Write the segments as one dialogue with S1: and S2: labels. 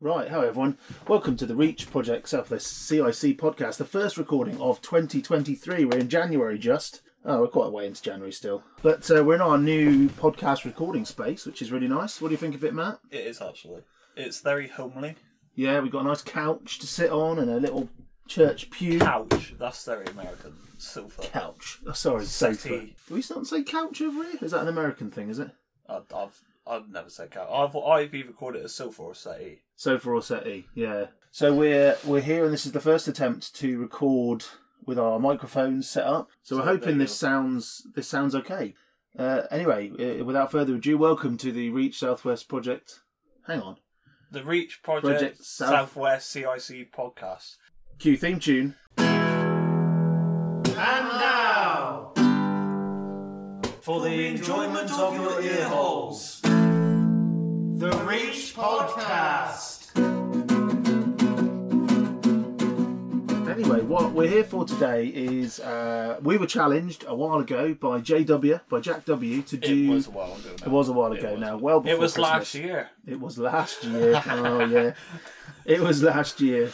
S1: Right, hello everyone. Welcome to the Reach Project Southwest CIC podcast, the first recording of 2023. We're in January just. Oh, we're quite a way into January still. But uh, we're in our new podcast recording space, which is really nice. What do you think of it, Matt?
S2: It is actually. It's very homely.
S1: Yeah, we've got a nice couch to sit on and a little church pew.
S2: Couch. That's very American. Sofa.
S1: Couch. Oh, sorry, sofa.
S2: Settee.
S1: Do we not say couch over here? Is that an American thing, is it?
S2: I, I've I've never said couch. I've I've either called it a sofa or a settee.
S1: Sofa or settee, yeah. So we're we're here, and this is the first attempt to record with our microphones set up. So, we're
S2: So there
S1: hoping
S2: you
S1: this sounds this sounds okay. Uh, anyway, uh, without further ado, welcome to the Reach Southwest Project. Hang on,
S2: The Reach Project,
S1: Project South-
S2: Southwest CIC podcast.
S1: cue theme tune.
S3: For the enjoyment of your ear holes, the Reach Podcast.
S1: Anyway, what we're here for today is uh, we were challenged a while ago by JW by Jack W to
S2: It
S1: do.
S2: was a while ago. Now.
S1: It was a while ago now, well before
S2: It was
S1: Christmas.
S2: last year.
S1: It was last year. oh yeah, it was last year.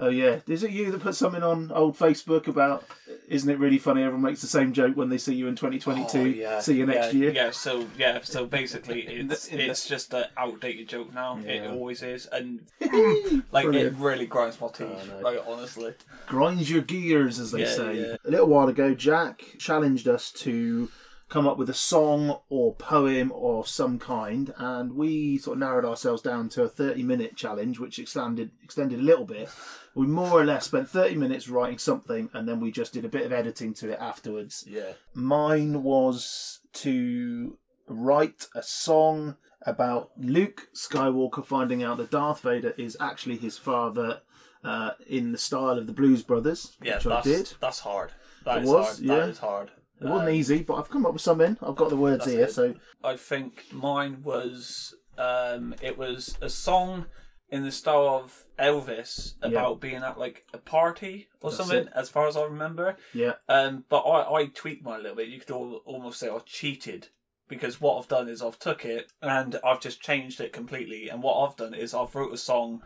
S1: Oh yeah, is it you that put something on old Facebook about? Isn't it really funny? Everyone makes the same joke when they see you in 2022.
S2: Oh, yeah.
S1: See you next
S2: Yeah,
S1: year.
S2: Yeah, so yeah, so basically it's
S1: in the-
S2: it's just an outdated joke now. It
S1: Yeah.
S2: always is and like
S1: Brilliant. Oh,
S2: it really grinds my teeth.
S1: no.
S2: Like honestly.
S1: Grinds your gears, as they
S2: Yeah,
S1: say.
S2: yeah.
S1: A little while ago, Jack challenged us to come up with a song or poem of some kind, and we sort of narrowed ourselves down to a 30-minute challenge, which extended extended a little bit. We more or less spent 30 minutes writing something, and then we just did a bit of editing to it afterwards.
S2: Yeah.
S1: Mine was to write a song about Luke Skywalker finding out that Darth Vader is actually his father uh, in the style of the Blues Brothers,
S2: Yeah,
S1: which I
S2: that's
S1: did.
S2: that's hard. That
S1: It
S2: is
S1: was,
S2: hard.
S1: yeah.
S2: That is hard.
S1: It wasn't easy, but I've come up with something. I've got the words
S2: uh, that's
S1: here,
S2: good.
S1: so
S2: I think mine was um, it was a song in the style of Elvis about being at like a party or something,
S1: it.
S2: as far as I remember.
S1: yeah,
S2: Um, but I, I tweaked mine a little bit. You could al- almost say I cheated because what I've done is I've took it and I've just changed it completely. And what I've done is I've wrote a song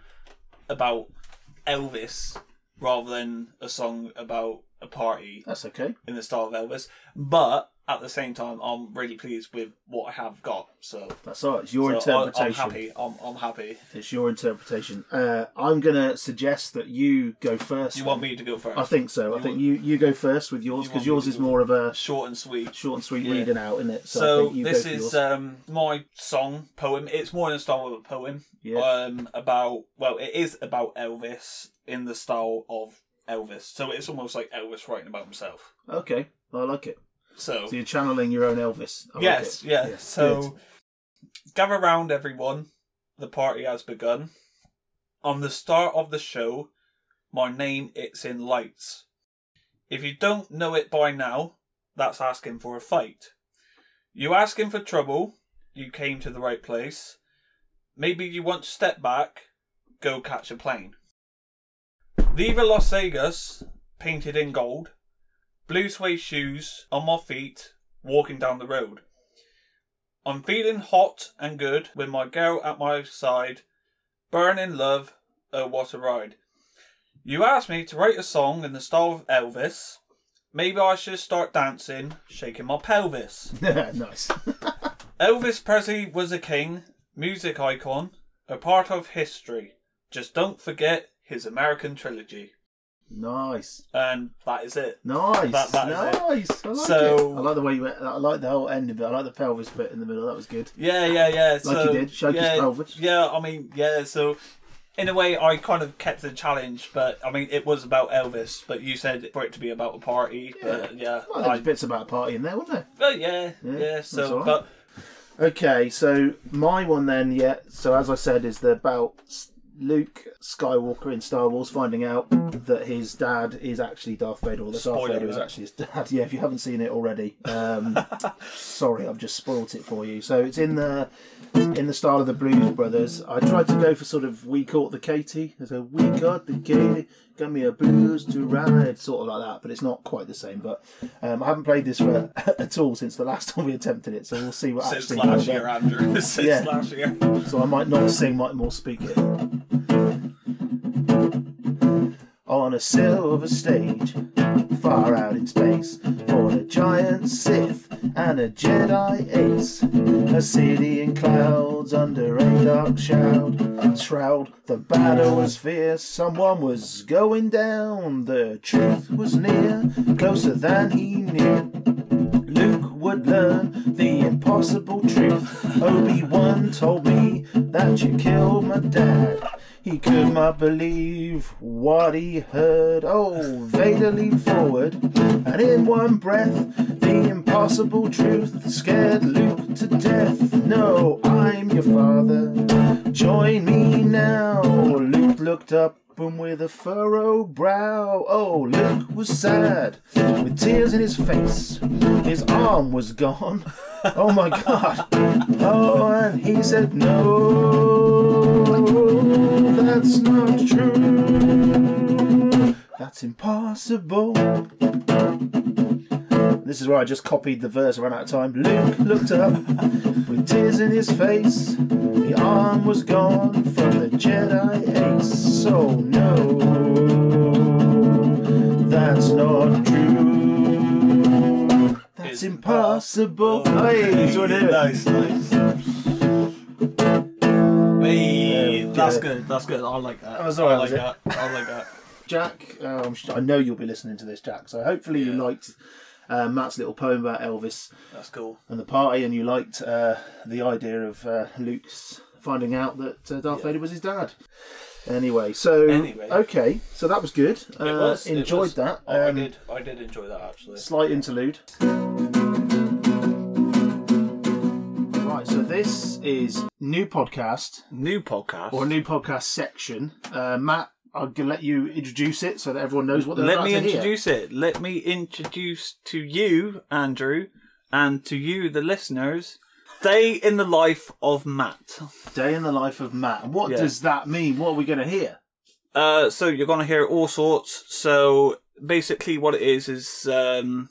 S2: about Elvis rather than a song about a party
S1: that's okay.
S2: in the style of Elvis. But at the same time, I'm really pleased with what I have got. So,
S1: That's all right. It's your
S2: so I- I'm
S1: interpretation.
S2: happy. I'm, I'm happy.
S1: It's your interpretation. Uh, I'm gonna suggest that you go first.
S2: Do you want me to go first?
S1: I think so. I
S2: You
S1: think
S2: want-
S1: you you go first with yours
S2: You
S1: because
S2: want me
S1: yours
S2: to
S1: is
S2: go-
S1: more of a
S2: Short and sweet.
S1: short and sweet
S2: Yeah.
S1: reading out, isn't it? So, I
S2: So
S1: think you
S2: this
S1: go for
S2: is
S1: yours.
S2: um, my song poem. It's more in the style of a poem.
S1: Yeah.
S2: Um, about well, it is about Elvis in the style of Elvis. So it's almost like Elvis writing about himself.
S1: okay. I like it.
S2: So,
S1: So you're channeling your own Elvis. I like
S2: Oh. yes,
S1: it.
S2: yeah. so
S1: good.
S2: gather round, everyone. The party has begun. On the start of the show, my name it's in lights. If you don't know it by now, that's asking for a fight. You asking for trouble, you came to the right place. Maybe you want to step back, go catch a plane. Viva Las Vegas, painted in gold, blue suede shoes on my feet, walking down the road. I'm feeling hot and good with my girl at my side. Burning love, oh what a ride. You asked me to write a song in the style of Elvis. Maybe I should start dancing, shaking my pelvis.
S1: nice.
S2: Elvis Presley was a king, music icon, a part of history. Just don't forget his American trilogy.
S1: nice.
S2: And that is it.
S1: Nice.
S2: That- that is
S1: nice. I like
S2: So-
S1: it. I like the way you went. I like the whole end of it. I like the pelvis bit in the middle. That was good.
S2: Yeah, yeah, yeah. Like so,
S1: did, shake his
S2: yeah,
S1: pelvis.
S2: Yeah, I mean, yeah. So, in a way, I kind of kept the challenge, but I mean, it was about Elvis. But you said for it to be about a party. But yeah,
S1: Well, there was
S2: I-
S1: bits about a party in there, weren't there?
S2: but yeah, yeah.
S1: that's all
S2: so,
S1: right.
S2: but
S1: Okay, so my one then, yeah. So as I said, is the about S- Luke Skywalker in Star Wars finding out that his dad is actually Darth Vader, or that
S2: Spoiler
S1: Darth Vader is
S2: alert.
S1: actually his dad. Yeah, if you haven't seen it already, um, sorry, I've just spoilt it for you. So it's in the in the style of the Blues Brothers. I tried to go for sort of we caught the Katie. There's a we caught the Katie, give me a blues to ride, sort of like that. But it's not quite the same. But um, I haven't played this for, at all since the last time we attempted it. So we'll see what
S2: Since
S1: actually
S2: last
S1: comes
S2: year,
S1: out.
S2: Andrew. Since
S1: Yeah.
S2: last year.
S1: So I might not sing, might more speak it. On a silver stage, far out in space, for a giant Sith and a Jedi Ace. A city in clouds under a dark shroud. Shroud, the battle was fierce, someone was going down, the truth was near, closer than he knew. Luke would learn the impossible truth. Obi Wan told me that you killed my dad. He could not believe what he heard. Oh, Vader leaned forward, and in one breath, the impossible truth scared Luke to death. No, I'm your father. Join me now. Oh, Luke looked up and with a furrowed brow. Oh, Luke was sad, with tears in his face. His arm was gone. Oh my God. Oh, and he said, No, that's not true. That's impossible. This is where I just copied the verse and ran out of time. Luke looked up with tears in his face. The arm was gone from the Jedi Ace. So no, that's not true. That's
S2: It's
S1: impossible.
S2: Oh,
S1: Hey, he's doing it.
S2: Nice, nice.
S3: Hey,
S1: Um,
S3: that's
S1: yeah.
S3: good. That's good. I like that.
S1: That
S2: Oh,
S1: was alright,
S3: I like
S1: was
S3: that. I like that.
S1: Jack, uh, I'm sure, I know you'll be listening to this, Jack. So hopefully you liked uh, Matt's little poem about Elvis
S2: That's cool.
S1: and the party, and you liked uh, the idea of uh, Luke's finding out that uh, Darth Vader was his dad. Anyway, so
S2: Anyway.
S1: okay, so that was good. Uh,
S2: It was. it
S1: enjoyed
S2: was.
S1: that.
S2: Oh, I
S1: Um,
S2: did. I did enjoy that actually.
S1: Slight interlude. Right, so this is new podcast
S2: New podcast.
S1: or new podcast section. Uh, Matt, I'm gonna let you introduce it so that everyone knows what they're
S2: Let
S1: about
S2: me
S1: to hear.
S2: introduce it. Let me introduce to you, Andrew, and to you, the listeners, day in the life of Matt.
S1: Day in the life of Matt. And What
S2: Yeah.
S1: does that mean? What are we going to hear?
S2: Uh, so you're gonna hear all sorts. So basically, what it is is um,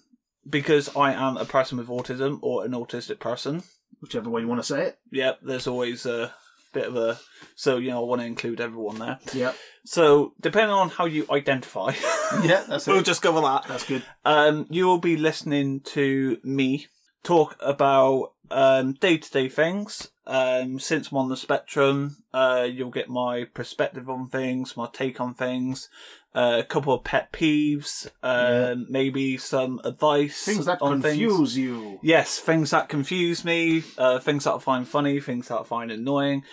S2: because I am a person with autism or an autistic person.
S1: Whichever way you want to say it.
S2: Yep, there's always a bit of a. So you know, I want to include everyone there.
S1: Yep.
S2: So depending on how you identify,
S1: Yeah, that's
S2: we'll
S1: it.
S2: just go with that.
S1: That's good.
S2: um, you will be listening to me talk about um, day-to-day things. Um, since I'm on the spectrum, uh, you'll get my perspective on things, my take on things, uh, a couple of pet peeves, um, maybe some advice
S1: Things that
S2: on things.
S1: confuse you.
S2: Yes, things that confuse me, uh, things that I find funny, things that I find annoying.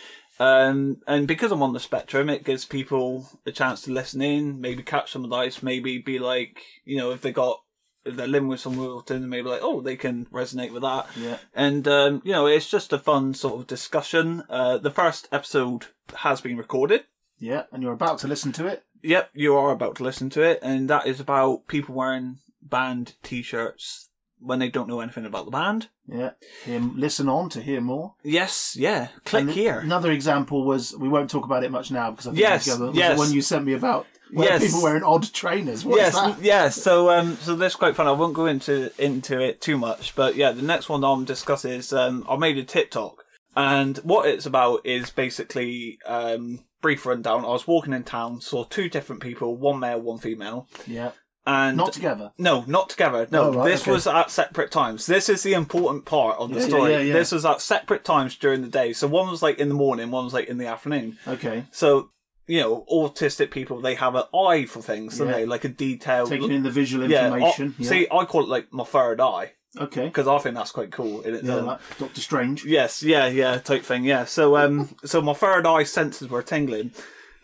S2: Um, and because I'm on the spectrum, it gives people a chance to listen in, maybe catch some advice, maybe be like, you know, if they got, if they're living with someone with autism, maybe like, oh, they can resonate with that.
S1: Yeah.
S2: And, um, you know, it's just a fun sort of discussion. Uh, the first episode has been recorded.
S1: Yeah, and you're about to listen to it.
S2: Yep, you are about to listen to it, and that is about people wearing band t shirts when they don't know anything about the band.
S1: Yeah. Hear, listen on to hear more.
S2: Yes, yeah. Click
S1: And
S2: here.
S1: Another example was we won't talk about it much now because I think
S2: Yes,
S1: it was the other- was
S2: yes.
S1: the one you sent me about where
S2: Yes.
S1: people wearing odd trainers. What's
S2: yes,
S1: that?
S2: yeah. So, um, so that's quite fun. I won't go into into it too much, but yeah, the next one I'm discussing is um, I made a TikTok, and what it's about is basically um, brief rundown. I was walking in town, saw two different people, one male, one female,
S1: Yeah.
S2: and
S1: Not together.
S2: No, not together. No,
S1: Oh, right,
S2: this
S1: okay.
S2: was at separate times. This is the important part of the
S1: Yeah, yeah,
S2: story.
S1: yeah, yeah.
S2: This was at separate times during the day. So one was like in the morning, one was like in the afternoon.
S1: Okay.
S2: So, you know, autistic people, they have an eye for things, don't
S1: Yeah.
S2: they? Like a detailed.
S1: Taking in the visual
S2: Oh, yeah, I-
S1: information. Yeah.
S2: See, I call it like my third eye
S1: okay.
S2: because I think that's quite cool. In it,
S1: Yeah,
S2: um,
S1: like Doctor Strange.
S2: Yes, yeah, yeah, type thing. Yeah. So, um, so my third eye senses were tingling,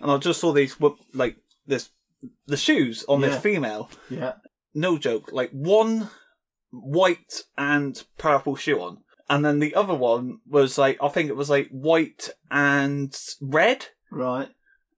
S2: and I just saw these wo- like this the shoes on
S1: Yeah.
S2: this female.
S1: Yeah.
S2: No joke, like one white and purple shoe on, and then the other one was like I think it was like white and red.
S1: Right.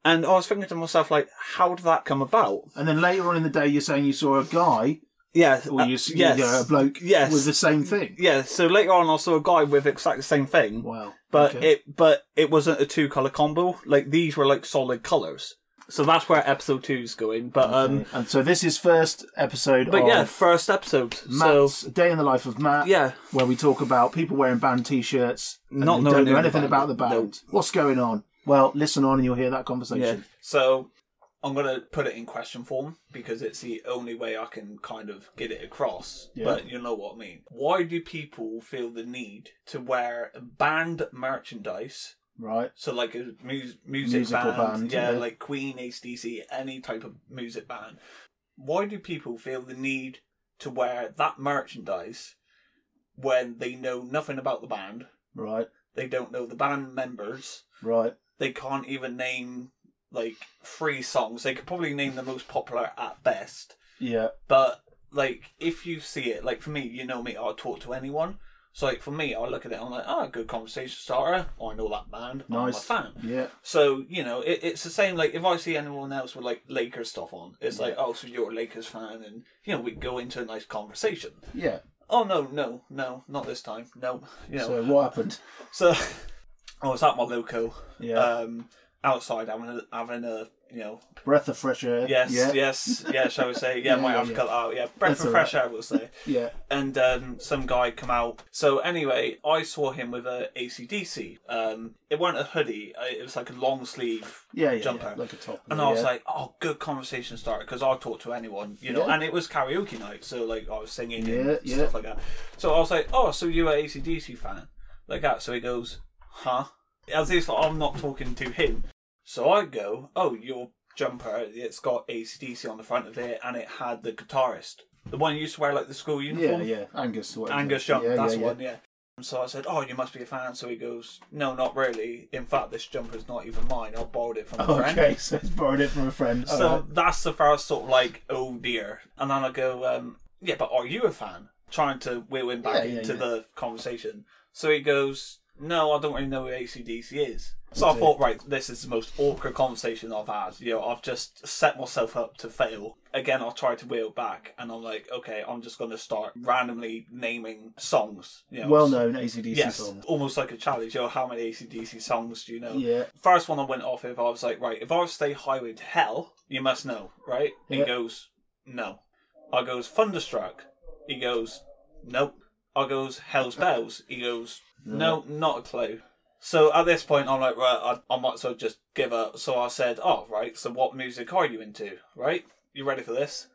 S2: And I was thinking to myself, like, how did that come about?
S1: And then later on in the day, you're saying you saw a guy
S3: Yeah.
S1: Or
S3: uh,
S1: you see
S3: yes.
S1: you know, a bloke
S3: Yes.
S1: with the same thing.
S3: yeah. So later on, I saw a guy with exactly the same thing,
S1: Wow.
S3: but
S1: okay.
S3: it but it wasn't a two color combo. Like these were like solid colors. So that's where episode two's going. But um,
S1: Okay. and so this is first episode
S3: but
S1: of
S3: yeah, first episode.
S1: Matt's
S3: So
S1: Day in the Life of Matt.
S3: yeah,
S1: Where we talk about people wearing band t shirts and
S3: Not
S1: they
S3: knowing
S1: don't know
S3: who the
S1: anything
S3: band
S1: about the
S3: is.
S1: band.
S3: Nope.
S1: What's going on? Well, listen on and you'll hear that conversation.
S2: So I'm going to put it in question form because it's the only way I can kind of get it across.
S1: Yeah.
S2: But you know what I mean. Why do people feel the need to wear band merchandise?
S1: Right?
S2: So like a mu- music
S1: Musical
S2: band,
S1: band,
S2: yeah,
S1: yeah.
S2: like Queen, ACDC, any type of music band. Why do people feel the need to wear that merchandise when they know nothing about the band?
S1: Right.
S2: They don't know the band members
S1: Right.
S2: they can't even name like three songs. They could probably name the most popular at best.
S1: Yeah.
S2: But like if you see it, like for me, you know me, I'll talk to anyone. So like for me, I look at it, I'm like, ah, good conversation starter. I know that band.
S1: Nice.
S2: I'm a fan.
S1: Yeah.
S2: So you know, it, it's the same. Like if I see anyone else with like Lakers stuff on, it's like, oh, so you're a Lakers fan, and you know, we go into a nice conversation.
S1: Yeah.
S2: Oh no, no, no, not this time. No, you know.
S1: So what happened?
S2: So, I was at my loco
S1: Yeah.
S2: um, outside having a, having a you know
S1: Breath of fresh air.
S2: yes
S1: Yeah.
S2: yes yeah shall we say yeah,
S1: Yeah,
S2: might
S1: yeah,
S2: have to
S1: yeah.
S2: cut that out yeah breath
S1: That's
S2: of
S1: all
S2: fresh air we'll say
S1: Yeah.
S2: and um, some guy come out so anyway I saw him with a ACDC um, it wasn't a hoodie uh, it was like a long sleeve
S1: Yeah. yeah,
S2: Jumper.
S1: yeah. Like a top.
S2: and I was like oh good conversation starter because I'll talk to anyone you know
S1: Yeah.
S2: and it was karaoke night so like I was singing
S1: Yeah,
S2: and
S1: yeah.
S2: stuff like that so I was like oh so you're an ACDC fan like that so he goes huh as if I'm not talking to him. So I go, oh, your jumper, it's got ACDC on the front of it, and it had the guitarist, the one you used to wear like the school
S1: Yeah,
S2: uniform,
S1: yeah. Angus. or whatever.
S2: Angus Young,
S1: Yeah,
S2: that's
S1: yeah,
S2: the one, yeah. And so I said, oh, you must be a fan. So he goes, no, not really. In fact, this jumper's not even mine. I borrowed it from a
S1: Oh,
S2: friend.
S1: okay, so it's borrowed it from a friend.
S2: So
S1: Alright.
S2: that's the first sort of like, oh dear. And then I go, um, yeah, but are you a fan? Trying to wheel him back
S1: Yeah, yeah,
S2: into
S1: yeah.
S2: the conversation. So he goes, no, I don't really know who ACDC is. So I
S1: Okay.
S2: thought, right, this is the most awkward conversation I've had. You know, I've just set myself up to fail. Again, I'll try to wheel back, and I'm like, okay, I'm just going to start randomly naming songs. You know,
S1: well-known ACDC
S2: yes,
S1: song.
S2: almost like a challenge. You know, how many ACDC songs do you know?
S1: Yeah,
S2: first one I went off of, I was like, right, if I stay highway to hell, you must know, right? He
S1: Yeah.
S2: goes, no. I goes, Thunderstruck. He goes, nope. I goes, Hell's Bells. He goes, no, not a clue. So at this point, I'm like, right, I, I might as well just give up. So I said, oh, right, so what music are you into, right? You ready for this?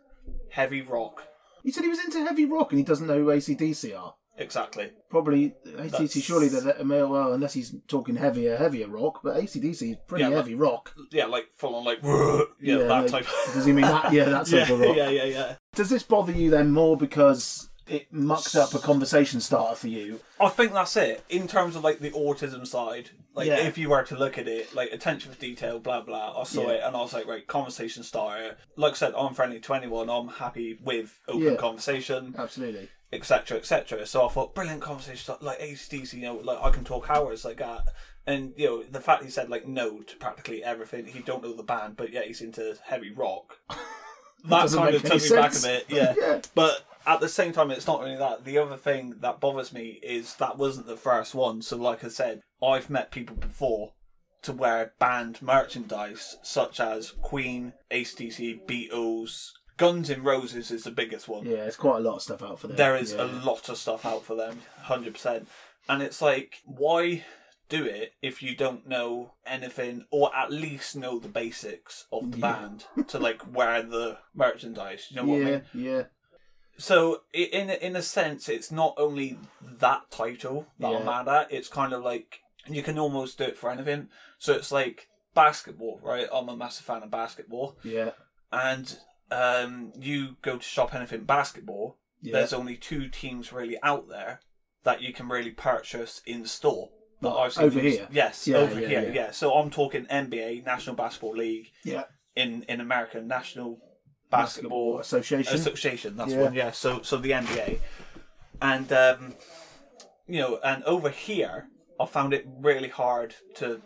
S2: Heavy rock.
S1: he said he was into heavy rock and he doesn't know who ACDC are.
S2: Exactly.
S1: Probably ACDC.
S2: That's-
S1: Surely they're that well, unless he's talking heavier, heavier rock. But ACDC is pretty
S2: Yeah, but-
S1: heavy rock.
S2: Yeah, like full on, like, yeah, that
S1: like-
S2: type.
S1: Does he mean that? Yeah, that type
S2: yeah,
S1: of rock.
S2: yeah, yeah, yeah.
S1: Does this bother you then more because it mucks up a conversation starter for you?
S2: I think that's it in terms of like the autism side. Like
S1: Yeah.
S2: if you were to look at it, like attention to detail, blah blah. I saw
S1: Yeah.
S2: it and I was like, right, conversation starter. Like I said, I'm friendly to anyone. I'm happy with open
S1: Yeah.
S2: conversation,
S1: Absolutely.
S2: etc., etc. So I thought, brilliant conversation. start- Like ACDC, you know, like I can talk hours like that. And you know, the fact he said like no to practically everything. He don't know the band, but yet he's into heavy rock. That
S1: doesn't
S2: kind of
S1: make
S2: took me
S1: any
S2: back a
S1: sense.
S2: bit. Yeah.
S1: Yeah.
S2: But at the same time, it's not really that. The other thing that bothers me is that wasn't the first one. So, like I said, I've met people before to wear band merchandise such as Queen, ACDC, Beatles, Guns N' Roses is the biggest one.
S1: Yeah, it's quite a lot of stuff out for them.
S2: There is
S1: yeah.
S2: a lot of stuff out for them, 100%. And it's like, why do it if you don't know anything or at least know the basics of the
S1: Yeah.
S2: band to like wear the merchandise? You know what I mean?
S1: Yeah, yeah,
S2: So i- in a- in a sense, it's not only that title that
S1: Yeah.
S2: I'm mad at. It's kind of like you can almost do it for anything. So it's like basketball, right? I'm a massive fan of basketball,
S1: yeah,
S2: and um, you go to shop anything basketball.
S1: yeah.
S2: There's only two teams really out there that you can really purchase in store. That
S1: Well,
S2: I've seen
S1: over
S2: these-
S1: here?
S2: yes,
S1: Yeah,
S2: over
S1: yeah,
S2: here,
S1: yeah.
S2: yeah. So I'm talking NBA, National Basketball League
S1: yeah.
S2: in in America, National Basketball
S1: association.
S2: association. That's
S1: Yeah.
S2: one. Yeah. So so the NBA, and um, you know, and over here, I found it really hard to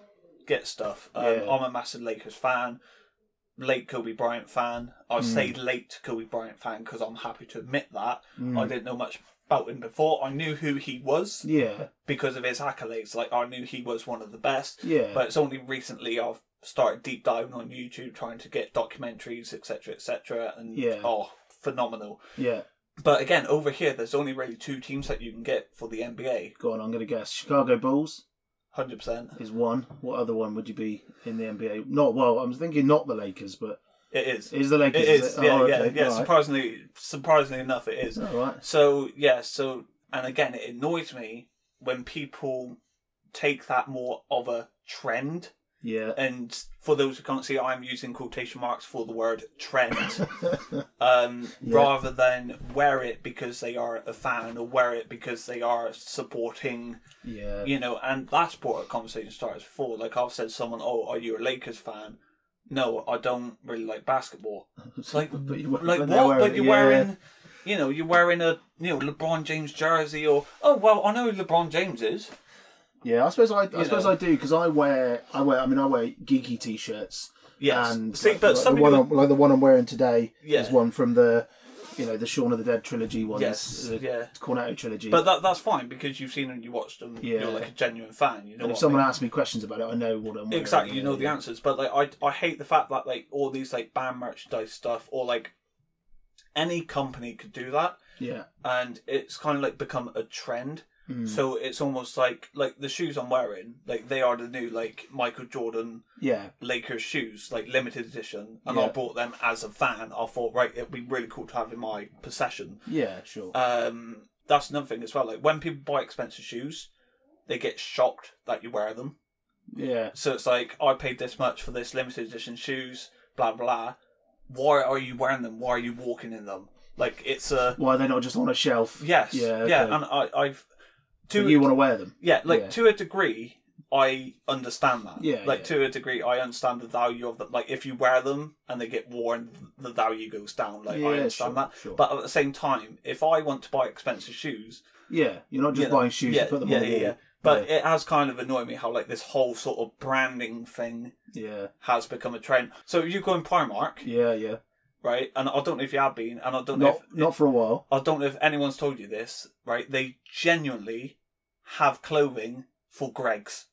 S2: get stuff. Um,
S1: Yeah.
S2: I'm a massive Lakers fan. late Kobe Bryant fan. I
S1: Mm.
S2: say late Kobe Bryant fan because I'm happy to admit that.
S1: Mm.
S2: I didn't know much about him before. I knew who he was
S1: Yeah.
S2: because of his accolades. Like I knew he was one of the best.
S1: Yeah.
S2: But it's only recently I've started deep diving on YouTube, trying to get documentaries, etc., etc. And
S1: Yeah.
S2: oh, phenomenal.
S1: Yeah.
S2: But again, over here, there's only really two teams that you can get for the NBA.
S1: Go on, I'm going to guess. Chicago Bulls
S2: Hundred percent,
S1: is one. What other one would you be in the NBA? Not, well, I'm thinking not the Lakers, but
S2: it is.
S1: is the Lakers.
S2: It is.
S1: Oh,
S2: yeah,
S1: okay.
S2: yeah, yeah.
S1: All right.
S2: Surprisingly, surprisingly enough, it is.
S1: All right.
S2: So yeah, so and again, it annoys me when people take that more of a trend.
S1: Yeah.
S2: And for those who can't see, I'm using quotation marks for the word trend, um, rather than wear it because they are a fan or wear it because they are supporting.
S1: Yeah.
S2: You know, and that's what a conversation starts for. Like I've said, to someone, "Oh, are you a Lakers fan?" No, I don't really like basketball. It's like,
S1: But you-
S2: like
S1: but
S2: what?
S1: they're
S2: but you're
S1: yeah.
S2: wearing, you know, you're wearing a you know LeBron James jersey, or oh well, I know who LeBron James is.
S1: Yeah, I suppose I, I suppose
S2: know.
S1: I do because I wear I wear I mean I wear geeky t-shirts
S2: Yes.
S1: and
S2: See,
S1: like,
S2: but
S1: like
S2: some
S1: the one
S2: people-
S1: I'm, like the one I'm wearing today
S2: Yeah.
S1: is one from the you know the Shaun of the Dead trilogy one.
S2: Yes,
S1: the
S2: yeah.
S1: Cornetto trilogy.
S2: But that that's fine because you've seen and you watched them.
S1: Yeah.
S2: You're like a genuine fan. You know.
S1: and if
S2: what I
S1: someone
S2: mean?
S1: asks me questions about it, I know what I'm wearing.
S2: exactly, you know the
S1: Yeah.
S2: answers. But like, I I hate the fact that like all these like band merchandise stuff or like any company could do that,
S1: Yeah,
S2: and it's kind of like become a trend.
S1: Hmm.
S2: So it's almost like like the shoes I'm wearing, like they are the new like Michael Jordan
S1: yeah,
S2: Lakers shoes, like limited edition, and I
S1: Yeah.
S2: bought them as a fan. I thought, right, it'd be really cool to have in my possession.
S1: yeah, sure.
S2: Um, that's another thing as well. Like when people buy expensive shoes, they get shocked that you wear them.
S1: yeah,
S2: So it's like I paid this much for this limited edition shoes, blah blah. Why are you wearing them? Why are you walking in them? Like it's a
S1: why are they not just on a shelf?
S2: yes,
S1: yeah, okay.
S2: yeah. And I, I've
S1: But
S2: to
S1: you want to wear them?
S2: yeah, like
S1: yeah.
S2: to a degree, I understand that.
S1: Yeah,
S2: like
S1: yeah.
S2: to a degree, I understand the value of them. Like if you wear them and they get worn, the value goes down. Like
S1: Yeah,
S2: I understand
S1: sure,
S2: that.
S1: sure.
S2: But at the same time, if I want to buy expensive shoes,
S1: Yeah, you're not just
S2: you know,
S1: buying shoes
S2: yeah,
S1: to put them
S2: yeah,
S1: on the
S2: yeah,
S1: wall.
S2: yeah. But it has kind of annoyed me how like this whole sort of branding thing
S1: yeah,
S2: has become a trend. So you go in Primark,
S1: yeah, yeah.
S2: right? And I don't know if you have been, and I don't know
S1: Not
S2: if
S1: not for a while.
S2: I don't know if anyone's told you this, right? They genuinely have clothing for Greg's.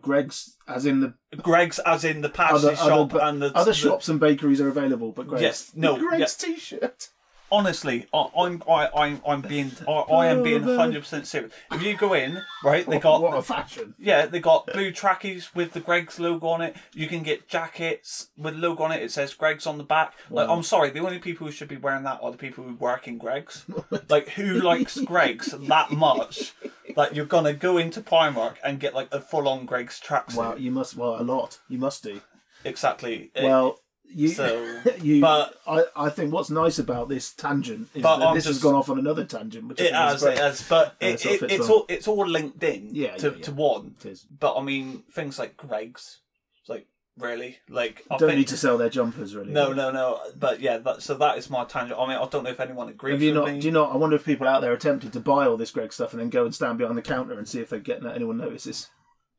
S1: Greg's, as in the
S2: Greg's, as in the pastry
S1: other,
S2: shop
S1: other,
S2: and the
S1: other
S2: the-
S1: shops and bakeries are available, but Greg's.
S2: Yes, no,
S1: Greg's T-shirt.
S2: Honestly, I, I'm I, I'm I'm being I, I am
S1: Oh,
S2: being
S1: man.
S2: hundred percent serious. If you go in, right, they got
S1: what a fashion.
S2: Yeah, they got blue trackies with the Greg's logo on it. You can get jackets with logo on it. It says Greg's on the back. Like, I'm sorry, the only people who should be wearing that are the people who work in Greg's. like, who likes Greg's that much that you're gonna go into Primark and get like a full-on Greg's tracksuit?
S1: Wow, you must. Well, a lot. You must do.
S2: Exactly. It-
S1: Well, you.
S2: so,
S1: you.
S2: but-
S1: I, I think what's nice about this tangent is
S2: But
S1: that
S2: I'm
S1: this
S2: just-
S1: has gone off on another tangent, which I
S2: it
S1: think
S2: has,
S1: is great.
S2: it has, but it,
S1: sort of
S2: it-
S1: fits
S2: it's
S1: well.
S2: all it's all linked in
S1: Yeah,
S2: to,
S1: yeah, yeah.
S2: to one.
S1: It is.
S2: But I mean, things like Greg's, it's like really, like I
S1: Don't
S2: think-
S1: need to sell their jumpers, really.
S2: No, no, no. But yeah, that, so that is my tangent. I mean, I don't know if anyone agrees
S1: Have you
S2: with
S1: not?
S2: me.
S1: Do you not? I wonder if people out there are tempted to buy all this Greg stuff and then go and stand behind the counter and see if they get anyone notices.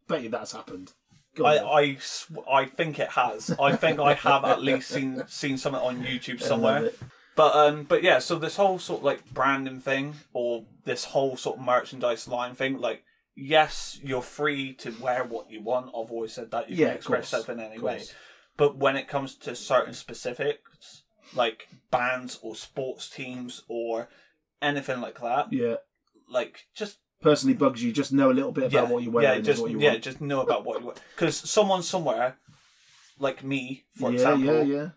S1: Bet you that's happened. Go on,
S2: I,
S1: then.
S2: I, sw- I think it has. I think I have at least seen seen something on YouTube
S1: love
S2: somewhere.
S1: it.
S2: But um, but yeah. So this whole sort of like branding thing, or this whole sort of merchandise line thing, like yes, you're free to wear what you want. I've always said that. You
S1: Yeah,
S2: can
S1: of
S2: express
S1: course,
S2: yourself in any
S1: of
S2: way.
S1: course.
S2: But when it comes to certain specifics, like bands or sports teams or anything like that,
S1: Yeah.
S2: like just
S1: Personally, bugs you. Just know a little bit about what you wear
S2: yeah,
S1: and
S2: just,
S1: what you
S2: yeah,
S1: want.
S2: just know about what you want. Because someone somewhere, like me, for
S1: yeah, yeah,
S2: example,
S1: yeah.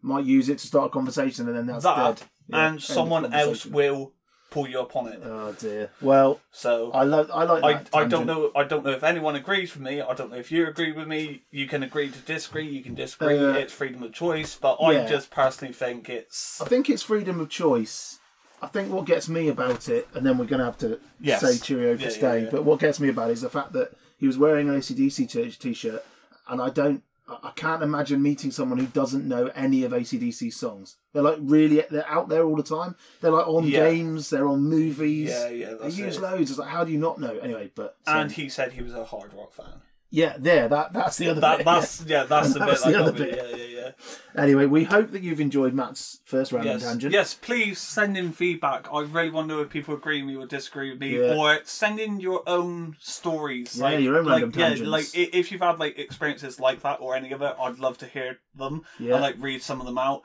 S1: Might use it to start a conversation, and then that's
S2: that,
S1: dead. Yeah, end
S2: and
S1: of
S2: someone else
S1: conversation.
S2: will pull you up on it.
S1: Oh dear. Well,
S2: So
S1: I like I like.
S2: I,
S1: that
S2: I don't
S1: tangent.
S2: know I don't know if anyone agrees with me. I don't know if you agree with me. You can agree to disagree. You can disagree.
S1: Uh,
S2: it's freedom of choice. But I
S1: yeah.
S2: just personally think it's
S1: I think it's freedom of choice. I think what gets me about it, and then we're going to have to
S2: Yes.
S1: say cheerio for
S2: Yeah, yeah,
S1: today.
S2: yeah.
S1: But what gets me about it is the fact that he was wearing an ACDC t- t-shirt, and I don't, I I can't imagine meeting someone who doesn't know any of ACDC's songs. They're like really, they're out there all the time. They're like on
S2: Yeah.
S1: games, they're on movies.
S2: Yeah, yeah,
S1: They
S2: that's
S1: use
S2: it.
S1: loads. It's like, how do you not know? Anyway, but so-
S2: and he said he was a hard rock fan.
S1: Yeah, there. That that's the other.
S2: That,
S1: bit.
S2: that's yeah, that's the
S1: That's
S2: bit.
S1: the
S2: I
S1: other
S2: got it.
S1: bit.
S2: Yeah, yeah, yeah.
S1: Anyway, we hope that you've enjoyed Matt's first round of
S2: Yes,
S1: tangent.
S2: yes. Please send in feedback. I really want to know if people agree with me or disagree with me,
S1: Yeah.
S2: or send in your own stories.
S1: Yeah,
S2: like,
S1: your own
S2: like,
S1: random
S2: yeah,
S1: tangents.
S2: like i- if you've had like experiences like that or any of it, I'd love to hear them
S1: Yeah.
S2: and like read some of them out.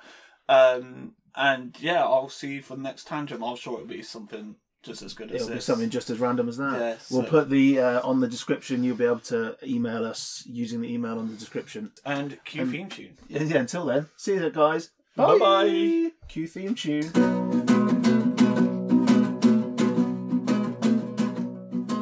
S2: Um, and yeah, I'll see you for the next tangent. I'm sure it'll be something just as good as
S1: It'll be
S2: this.
S1: something just as random as that.
S2: Yeah,
S1: we'll
S2: so-
S1: put the uh, on the description. You'll be able to email us using the email on the description.
S2: and Q theme tune.
S1: Yeah, until then, see you guys.
S2: Bye-bye.
S1: Q theme tune.